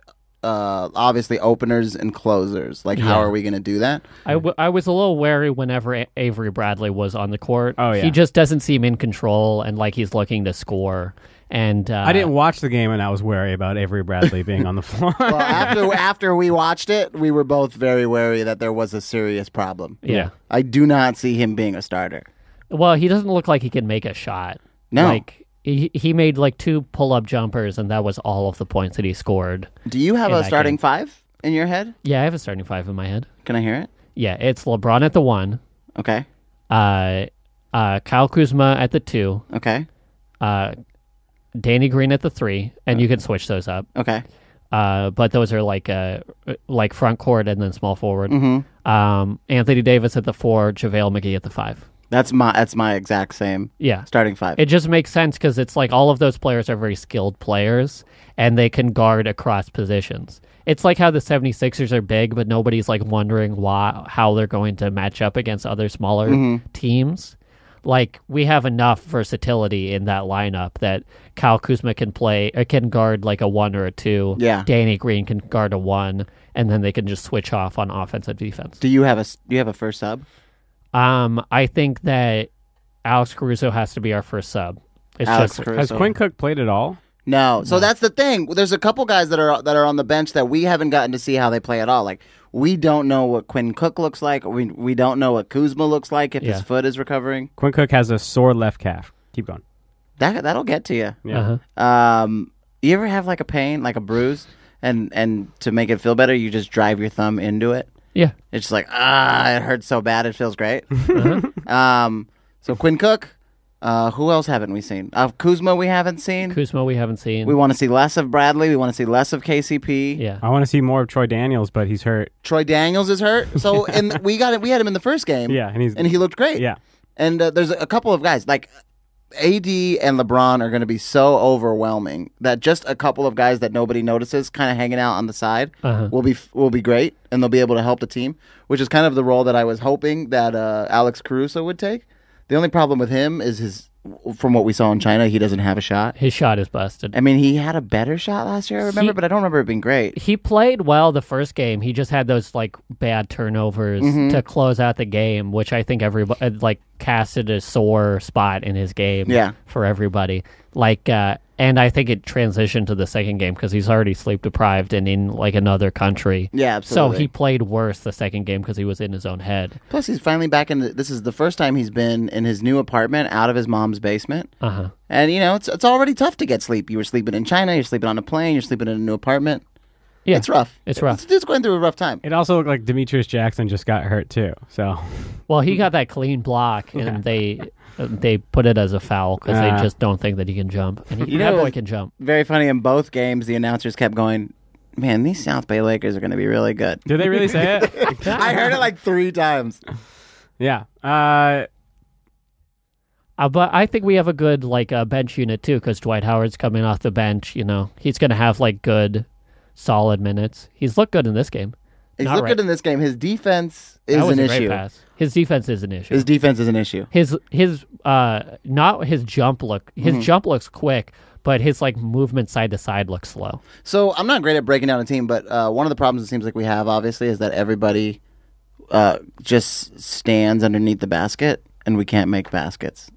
uh, obviously openers and closers. Like, how are we going to do that? I, w- I was a little wary whenever A- Avery Bradley was on the court. Oh, yeah. He just doesn't seem in control and like he's looking to score. And uh, I didn't watch the game and I was wary about Avery Bradley being on the [LAUGHS] floor. [LAUGHS] Well, after after we watched it, we were both very wary that there was a serious problem. Yeah. I do not see him being a starter. Well, he doesn't look like he can make a shot. No. Like he, he made like two pull up jumpers and that was all of the points that he scored. Do you have In a that starting game. five in your head? Yeah, I have a starting five in my head. Can I hear it? Yeah, it's LeBron at the one, Okay. uh uh Kyle Kuzma at the two, Okay. uh Danny Green at the three, and you can switch those up. Okay. Uh but those are like uh like front court and then small forward. Um Anthony Davis at the four, JaVale McGee at the five. That's my that's my exact same Yeah. starting five. It just makes sense because it's like all of those players are very skilled players and they can guard across positions. It's like how the 76ers are big, but nobody's like wondering why how they're going to match up against other smaller Mm-hmm. teams. Like we have enough versatility in that lineup that Kyle Kuzma can play or can guard like a one or a two. Yeah. Danny Green can guard a one, and then they can just switch off on offense and defense. do you have a s- do you have a first sub? Um, I think that Alex Caruso has to be our first sub. It's Alex just, Caruso. Has Quinn Cook played at all? No. So that's the thing. There's a couple guys that are that are on the bench that we haven't gotten to see how they play at all. Like we don't know what Quinn Cook looks like. We we don't know what Kuzma looks like if his Yeah. foot is recovering. Quinn Cook has a sore left calf. Keep going. That that'll get to you. Yeah. Uh-huh. Um, You ever have like a pain, like a bruise, and and to make it feel better, you just drive your thumb into it. Yeah. It's just like ah, it hurts so bad, it feels great. um, so Quinn Cook. Uh, who else haven't we seen? Uh, Kuzma, we haven't seen. Kuzma, we haven't seen. Mm-hmm. we want to see less of Bradley. We want to see less of KCP. yeah. I want to see more of Troy Daniels, but he's hurt. Troy Daniels is hurt. So and we got it. We had him in the first game. Yeah, and he's- and he looked great. Yeah. And uh, there's a couple of guys like AD and LeBron are going to be so overwhelming that just a couple of guys that nobody notices, kind of hanging out on the side, will be will be great, and they'll be able to help the team, which is kind of the role that I was hoping that uh, Alex Caruso would take. The only problem with him is his, from what we saw in China, he doesn't have a shot. His shot is busted. I mean, he had a better shot last year, I remember, He- but I don't remember it being great. He played well the first game. He just had those like bad turnovers Mm-hmm. to close out the game, which I think everybody like casted a sore spot in his game. Yeah. for everybody. Like, uh, and I think it transitioned to the second game because he's already sleep deprived and in like another country. Yeah, absolutely. So he played worse the second game because he was in his own head. Plus, he's finally back in. The, this is the first time he's been in his new apartment, out of his mom's basement. Uh huh. And you know, it's it's already tough to get sleep. You were sleeping in China. You're sleeping on a plane. You're sleeping in a new apartment. Yeah, It's rough. It's rough. It's, it's going through a rough time. It also looked like Demetrius Jackson just got hurt too. So [LAUGHS] Well, he Mm-hmm. got that clean block, and they they put it as a foul because Ah. they just don't think that he can jump. And he, You that know- boy can jump. Very funny. In both games, the announcers kept going, "Man, these South Bay Lakers are going to be [LAUGHS] really good." did they really say it? [LAUGHS] I heard it like three times. yeah. Uh, Uh, but I think we have a good like uh, bench unit too because Dwight Howard's coming off the bench. You know, he's going to have like good, solid minutes. He's looked good in this game. He's Not looked right. good in this game. His defense is That was an a great issue. pass. His defense is an issue. His defense is an issue. his his uh not his jump look his Mm-hmm. jump looks quick but his like movement side to side looks slow So I'm not great at breaking down a team, but uh, one of the problems it seems like we have, obviously, is that everybody uh, just stands underneath the basket, and we can't make baskets,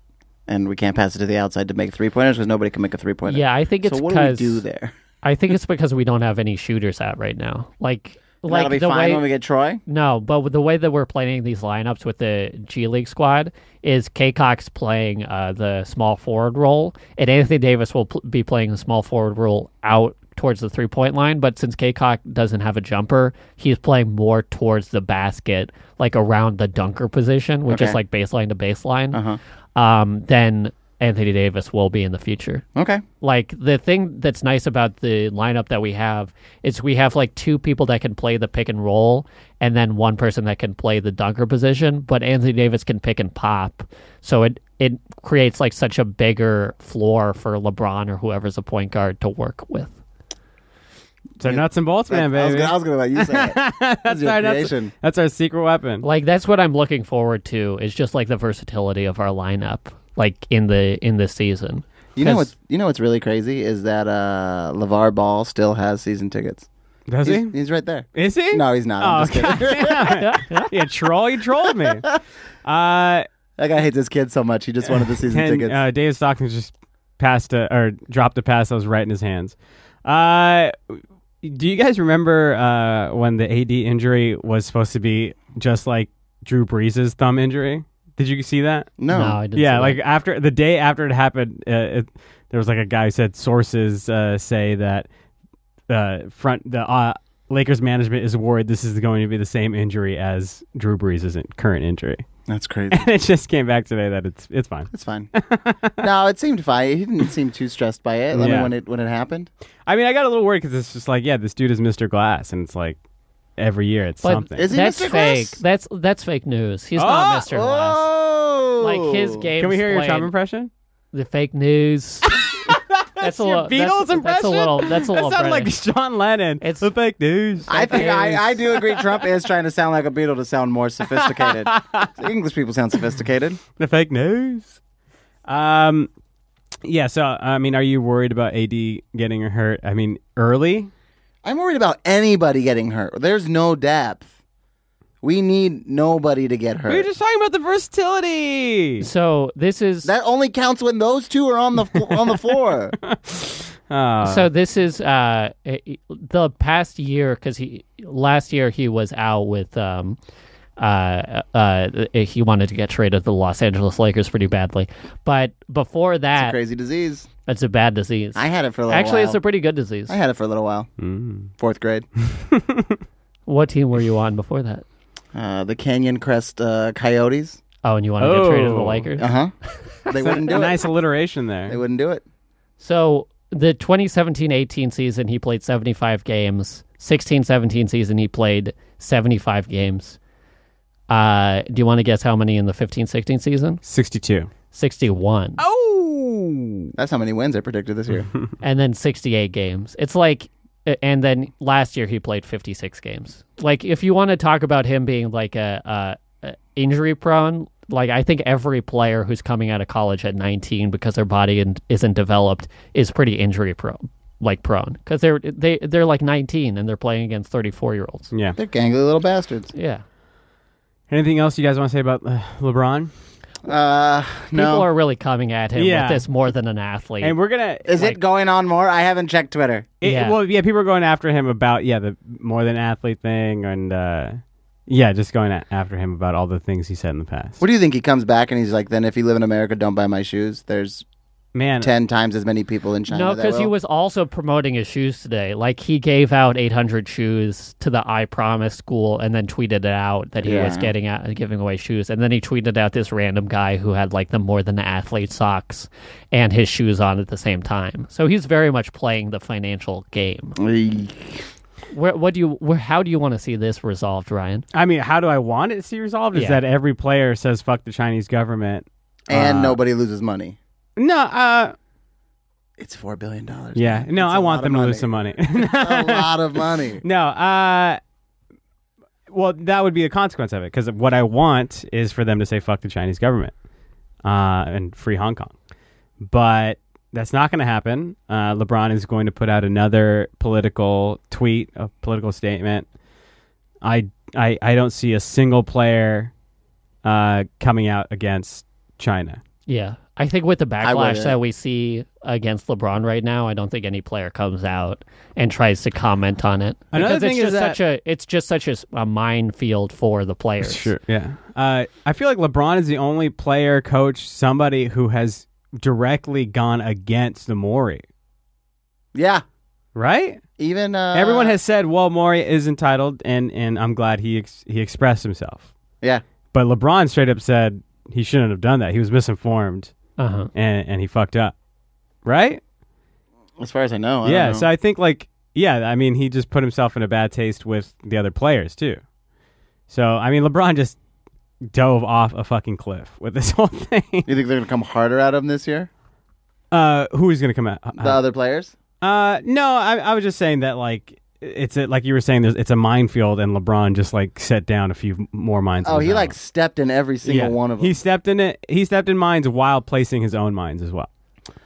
and we can't pass it to the outside to make three pointers because nobody can make a three pointer. yeah i think it's So what do we because do [LAUGHS] there? i think it's because we don't have any shooters out right now like That'll like be the fine way when we get Troy. no but with the way that we're playing these lineups with the g league squad is k cox playing uh the small forward role and anthony davis will pl- be playing the small forward role out towards the three point line but since k cox doesn't have a jumper he's playing more towards the basket like around the dunker position which is Okay. Uh-huh. like like baseline to baseline, um, then Anthony Davis will be in the future. Okay. Like the thing that's nice about the lineup that we have is we have like two people that can play the pick and roll, and then one person that can play the dunker position. But Anthony Davis can pick and pop, so it it creates like such a bigger floor for LeBron or whoever's a point guard to work with. so nuts and bolts, man, I was baby. gonna, I was [LAUGHS] gonna let you say it. That's your Sorry, that's, creation. that's our secret weapon. Like that's what I'm looking forward to is just like the versatility of our lineup, like in the in this season. You know 'Cause- what's you know what's really crazy is that uh, Levar Ball still has season tickets. Does He's, he? he's right there. Is he? No, he's not. I'm Oh, just kidding. God damn it. [LAUGHS] yeah, troll. You trolled me. Uh, [LAUGHS] That guy hates his kid so much. He just [LAUGHS] wanted the season and, tickets. uh, David Stockton just passed a, or dropped a pass that was right in his hands. Uh, do you guys remember uh, when the AD injury was supposed to be just like Drew Brees' thumb injury? Did you see that? no. No, I didn't. see yeah, that. like after the day after it happened, uh, it, there was like a guy who said sources uh, say that uh, front the uh, Lakers management is worried this is going to be the same injury as Drew Brees' current injury. [LAUGHS] That's crazy. And it just came back today that it's it's fine. [LAUGHS] It's fine. no, it seemed fine. He didn't seem too stressed by it. I mean, Yeah. when it when it happened, I mean, I got a little worried because it's just like, yeah, this dude is Mr. Glass, and it's like every year it's But something. is he that's Mr. fake. Glass? That's that's fake news. He's Oh! not Mr. Glass. Oh, Like his game. Can we hear your Trump impression? The [LAUGHS] fake news. that's a Your little. Beatles that's, That's a impression? little. That's a [LAUGHS] little. that sounded like British. Sean Lennon. It's It's- the fake news. I think news. I, I do agree. Trump is trying to sound like a Beatle to sound [LAUGHS] more sophisticated. English people sound sophisticated. the fake news. Um, yeah. So I mean, are you worried about AD getting hurt? I mean, early. I'm worried about anybody getting hurt. There's no depth. We need nobody to get hurt. talking about the versatility. so this is. that only counts when those two are on the flo- on [LAUGHS] the floor. Uh, so this is uh the past year because he last year he was out with um uh, uh, he wanted to get traded to the Los Angeles Lakers pretty badly. But before that, Crazy disease. it's a bad disease. I had it for a little Actually, while. it's a Mm. pretty good disease. I had it for a little while. Fourth grade. What team were you on before that? Uh, the Canyon Crest uh, Coyotes. Oh, and you want to get traded to the Oh. Lakers? Uh huh. [LAUGHS] [LAUGHS] They wouldn't do it. nice alliteration They there. wouldn't do it. So the 2017-18 season, he played 75 games. 16-17 season, he played 75 games. Uh, do you want to guess how many in the 15-16 season? 62. 61. Oh. That's how many wins I predicted this [LAUGHS] year. And then 68 games. It's like, and then last year he played 56 games. Like, if you want to talk about him being like a, a, a injury prone, like I think every player who's coming out of college at 19 because their body in, isn't developed is pretty injury prone, like prone, because they're they they're like 19 and they're playing against 34 year olds. Yeah. They're gangly little bastards. Yeah, Anything else you guys want to say about uh, LeBron? Uh, people no. are really coming at him Yeah. with this more than an athlete. And we're gonna. Is it going on more? I haven't checked Twitter. it- Yeah. Well, yeah, people are going after him about yeah the more than athlete thing and uh, yeah, just going a- after him about all the things he said in the past. What do you think? He comes back and he's like, then if you live in America, don't buy my shoes. There's Man, 10 times as many people in China. No, that because he will. was also promoting his shoes today. Like he gave out 800 shoes to the I Promise school, and then tweeted it out that he was Yeah. getting out giving away shoes. And then he tweeted out this random guy who had like the more than athlete socks and his shoes on at the same time. So he's very much playing the financial game. Where, what do you? Where, how do you want to see this resolved, Ryan? I mean, how do I want it to be resolved? Is Yeah. that every player says "fuck the Chinese government"? And Uh, nobody loses money. No, uh, It's $4 billion. man. yeah, no, It's I a want lot them of to lose some money. [LAUGHS] a [LAUGHS] lot of money. no, uh, well, that would be the consequence of it because what I want is for them to say "fuck the Chinese government" uh, and free Hong Kong, but that's not going to happen. Uh, LeBron is going to put out another political tweet, a political statement. I I I don't see a single player uh, coming out against China. Yeah, I think with the backlash wouldn't. that we see against LeBron right now, I don't think any player comes out and tries to comment on it. Another because it's thing is just that- such a it's just such a, s- a minefield for the players. Yeah. Uh, I feel like LeBron is the only player, coach, somebody who has directly gone against the Maury, Yeah. right? Even uh, Everyone has said, "Well, Maury is entitled," and and I'm glad he ex- he expressed himself. Yeah. But LeBron straight up said he shouldn't have done that. He was misinformed Uh-huh. and and he fucked up, right? As far as I know. I yeah. don't know. So I think like yeah, I mean he just put himself in a bad taste with the other players too. So I mean LeBron just dove off a fucking cliff with this [LAUGHS] whole thing. you think they're gonna come harder at him this year? Uh, who is going to come out? The other players? Uh, no, I, I was just saying that like it's a, like you were saying, there's, it's a minefield, and LeBron just like set down a few m- more mines. Oh, on he that like one. stepped in every single Yeah. one of them. He stepped in it. He stepped in mines while placing his own mines as well.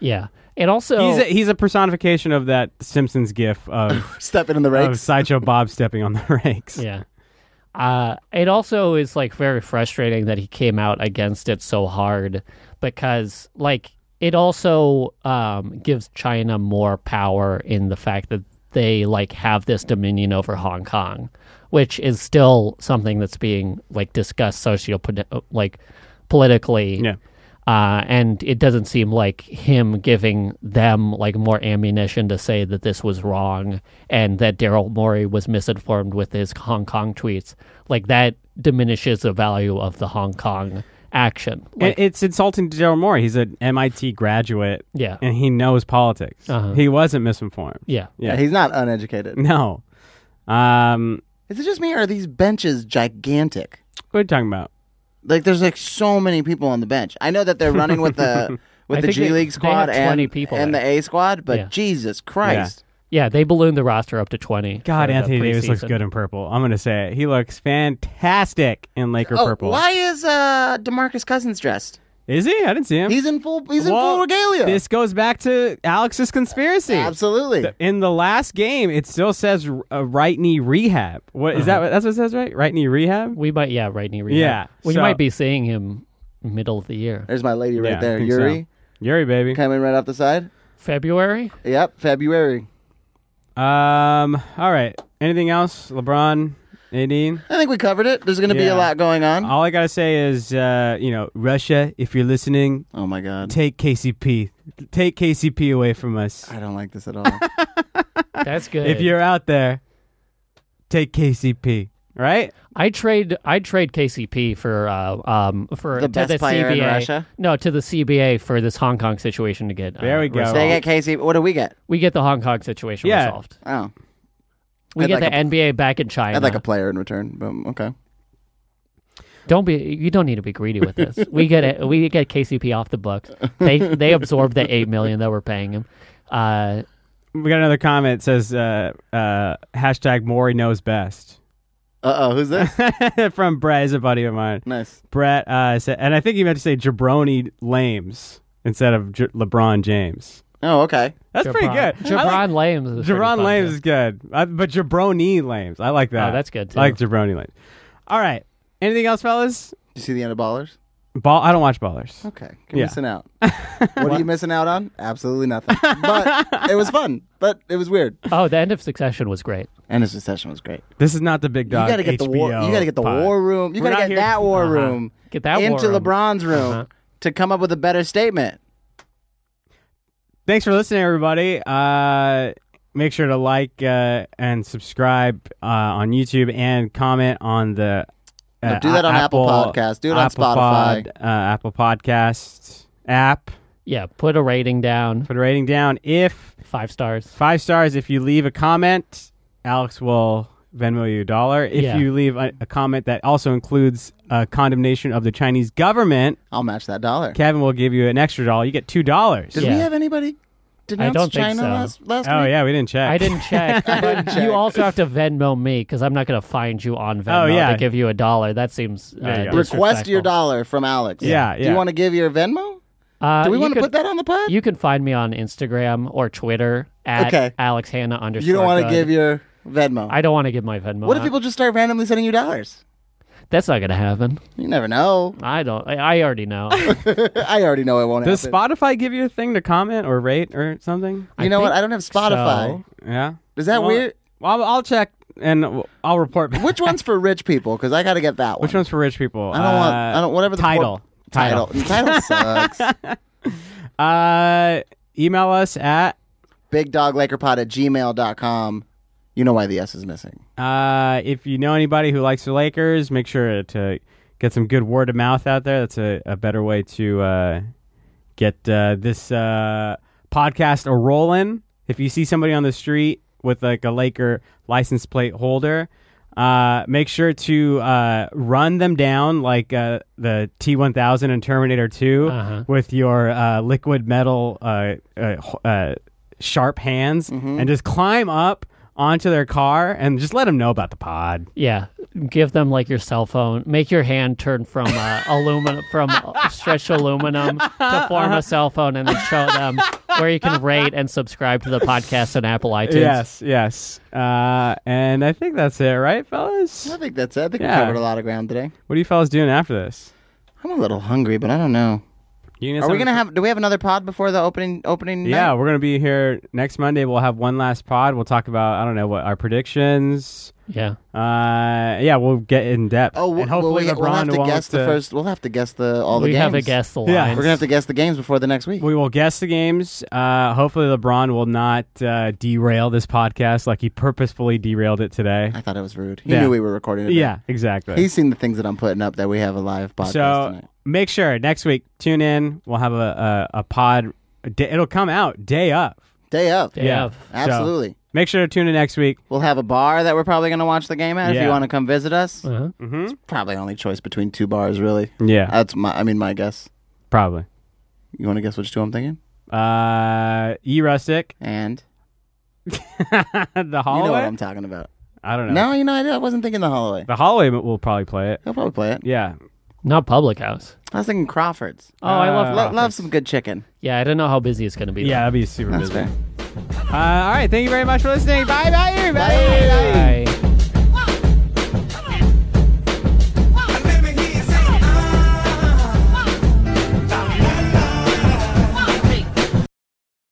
Yeah. And also He's a, he's a personification of that Simpsons gif [LAUGHS] of, stepping in the of ranks. sideshow Bob stepping on the [LAUGHS] rakes. Yeah. Uh, it also is like very frustrating that he came out against it so hard because like it also um, gives China more power in the fact that they like have this dominion over Hong Kong, which is still something that's being like discussed socio like politically Yeah. uh, and it doesn't seem like him giving them like more ammunition to say that this was wrong and that Daryl Morey was misinformed with his Hong Kong tweets. Like that diminishes the value of the Hong Kong action. Like, And it's insulting to Daryl Moore. He's an MIT graduate, yeah, and he knows politics. Uh-huh. He wasn't misinformed. yeah. Yeah. Yeah, he's not uneducated. No. Um, Is it just me or are these benches gigantic? what are you talking about? Like there's like so many people on the bench. I know that they're running with the I with the think G they- League they squad have 20 and, people and the there. A squad, but Yeah. Jesus Christ. Yeah, they ballooned the roster up to 20. God, for the Anthony Davis looks preseason. good in purple. I'm gonna say it. He looks fantastic in Laker Oh, purple. why is uh DeMarcus Cousins dressed? Is he? I didn't see him. He's in full he's in Well, full regalia. This goes back to Alex's conspiracy. Absolutely. The- In the last game, it still says uh, right knee rehab. What is that? what- That's what it says, right? Right knee rehab. We might, yeah, right, Neri. Yeah, We so- might be seeing him middle of the year. There's my lady right Yeah, I there. think so. Yuri Yuri, baby. coming right off the side. February? [LAUGHS] Yep, February. Um. All right. Anything else, LeBron? Nadine? I think we covered it. There's going to be Yeah. a lot going on. All I gotta say is, uh, you know, Russia, if you're listening, oh my god, take KCP, take KCP away from us. I don't like this [LAUGHS] at all. That's good. If you're out there, take KCP. Right? I trade I trade KCP for uh, um for The to best the player in CBA. Russia? No, to the CBA for this Hong Kong situation to get. uh, There we go. resolved. they get Casey. What do we get? We get the Hong Kong situation Yeah. resolved. Oh, We I'd get like the NBA back in China. I'd like a player in return. But um, okay, Don't be. You don't need to be greedy with [LAUGHS] this. we get it. We get KCP off the books. They they absorb the eight million that we're paying him. Uh, We got another comment that says uh, uh, hashtag Maury knows best [LAUGHS] uh oh, [LAUGHS] who's this? from Brett, is a buddy of mine. nice. Brett uh, said, and I think he meant to say jabroni lames instead of J- LeBron James. Oh okay. That's pretty Jabron- good. Jabron I like- Lames. Is pretty Jabron fun, Lames too. is good, I, but jabroni lames. I like that. Oh, that's good, too. I like jabroni lames. All right. Anything else, fellas? Did you see the end of Ballers? Ball. I don't watch ballers. Okay, you're Yeah. [LAUGHS] missing out. what are you missing out on? Absolutely nothing. But it was fun. But it was weird. Oh, the end of Succession was great. And his session was great. This is not the big dog. you gotta get the war. HBO You gotta get the pod. war room. You We're gotta not get here- that war Uh-huh. room. Get that war into room. LeBron's room Uh-huh. to come up with a better statement. Thanks for listening, everybody. Uh, make sure to like uh, and subscribe uh, on YouTube and comment on the. uh, No, do that on Apple Podcasts. Do it on Apple Spotify. Pod, uh, Apple Podcasts app. Yeah, put a rating down, Put a rating down. If five stars. five stars, if you leave a comment, Alex will Venmo you a dollar. If Yeah. you leave a, a comment that also includes a condemnation of the Chinese government, I'll match that dollar. Kevin will give you an extra dollar. You get two dollars. Did Yeah. we have anybody denounce don't think China so. last last Oh week? yeah, we didn't check. I [LAUGHS] didn't check. but check. You also have to Venmo me because I'm not going to find you on Venmo Oh, yeah. to give you a dollar. That seems uh, There you go. Request your disrespectful. dollar from Alex. Yeah, Do yeah. you want to give your Venmo? Uh, Do we you want to could- put that on the pod? You, You can find me on Instagram or Twitter at Okay. Alex Hanna underscore. don't want to good. give your Venmo. I don't want to give my Venmo. what if out. people just start randomly sending you dollars? That's not going to happen. You never know. I don't. I, I already know. [LAUGHS] I already know it won't Does happen. Spotify give you a thing to comment or rate or something? you know what? I don't have Spotify. so. Yeah. Is that Well, weird? Well, I'll, I'll check and w- I'll report back. Which one's for rich people? Because I got to get that one. Which one's for rich people? I don't want. I uh, don't. Whatever the title. por- [LAUGHS] title. title sucks. Uh, email us at BigDogLakerPod at gmail.com. You know why the S is missing. uh, if you know anybody who likes the Lakers, make sure to get some good word of mouth out there. That's a, a better way to uh, get uh, this uh, podcast a rolling. If you see somebody on the street with like a Laker license plate holder, uh, make sure to uh, run them down like uh, the T1000 and Terminator 2 Uh-huh. with your uh, liquid metal uh, uh, h- uh, sharp hands Mm-hmm. and just climb up onto their car and just let them know about the pod. yeah, give them like your cell phone. Make your hand turn from uh, aluminum from stretched aluminum to form a cell phone, and then show them where you can rate and subscribe to the podcast on Apple iTunes. Yes, yes. Uh, and I think that's it, right, fellas? I think that's it. I think Yeah. we covered a lot of ground today. What are you fellas doing after this? I'm a little hungry, but I don't know. You Are we gonna have? Do we have another pod before the opening? Opening? Yeah, night? we're gonna be here next Monday. We'll have one last pod. We'll talk about I don't know what our predictions. Yeah. Uh, yeah, we'll get in depth. Oh, we'll, and hopefully we'll, LeBron we'll have to won't, guess the uh, first. We'll have to guess the all the we games. have a guess the lines. Yeah. We're gonna have to guess the games before the next week. We will guess the games. Uh, hopefully, LeBron will not uh, derail this podcast like he purposefully derailed it today. I thought it was rude. He Yeah. knew we were recording. Today. Yeah, exactly. He's seen the things that I'm putting up that we have a live podcast so tonight. make sure next week tune in. We'll have a a, a pod. a day- It'll come out day up. Day up. Day yeah, of. Absolutely. Make sure to tune in next week. We'll have a bar that we're probably gonna watch the game at. If Yeah. Mm. you want to come visit us, Uh-huh. probably only choice between two bars, really. Yeah, That's my. I mean, my guess. probably. You want to guess which two I'm thinking? Uh, e rustic, And [LAUGHS] the you Holloway. know what I'm talking about. I don't know. No, you know, I, I wasn't thinking the Holloway. The Holloway will probably play it. He'll probably play it. Yeah. Not public house. I was thinking Crawford's. Oh, I love. Uh, Lo- love some good chicken. yeah, I don't know how busy it's going to be. though. Yeah, that'd be super That's busy. fair. Uh, all right. Thank you very much for listening. Bye, bye, everybody. Bye.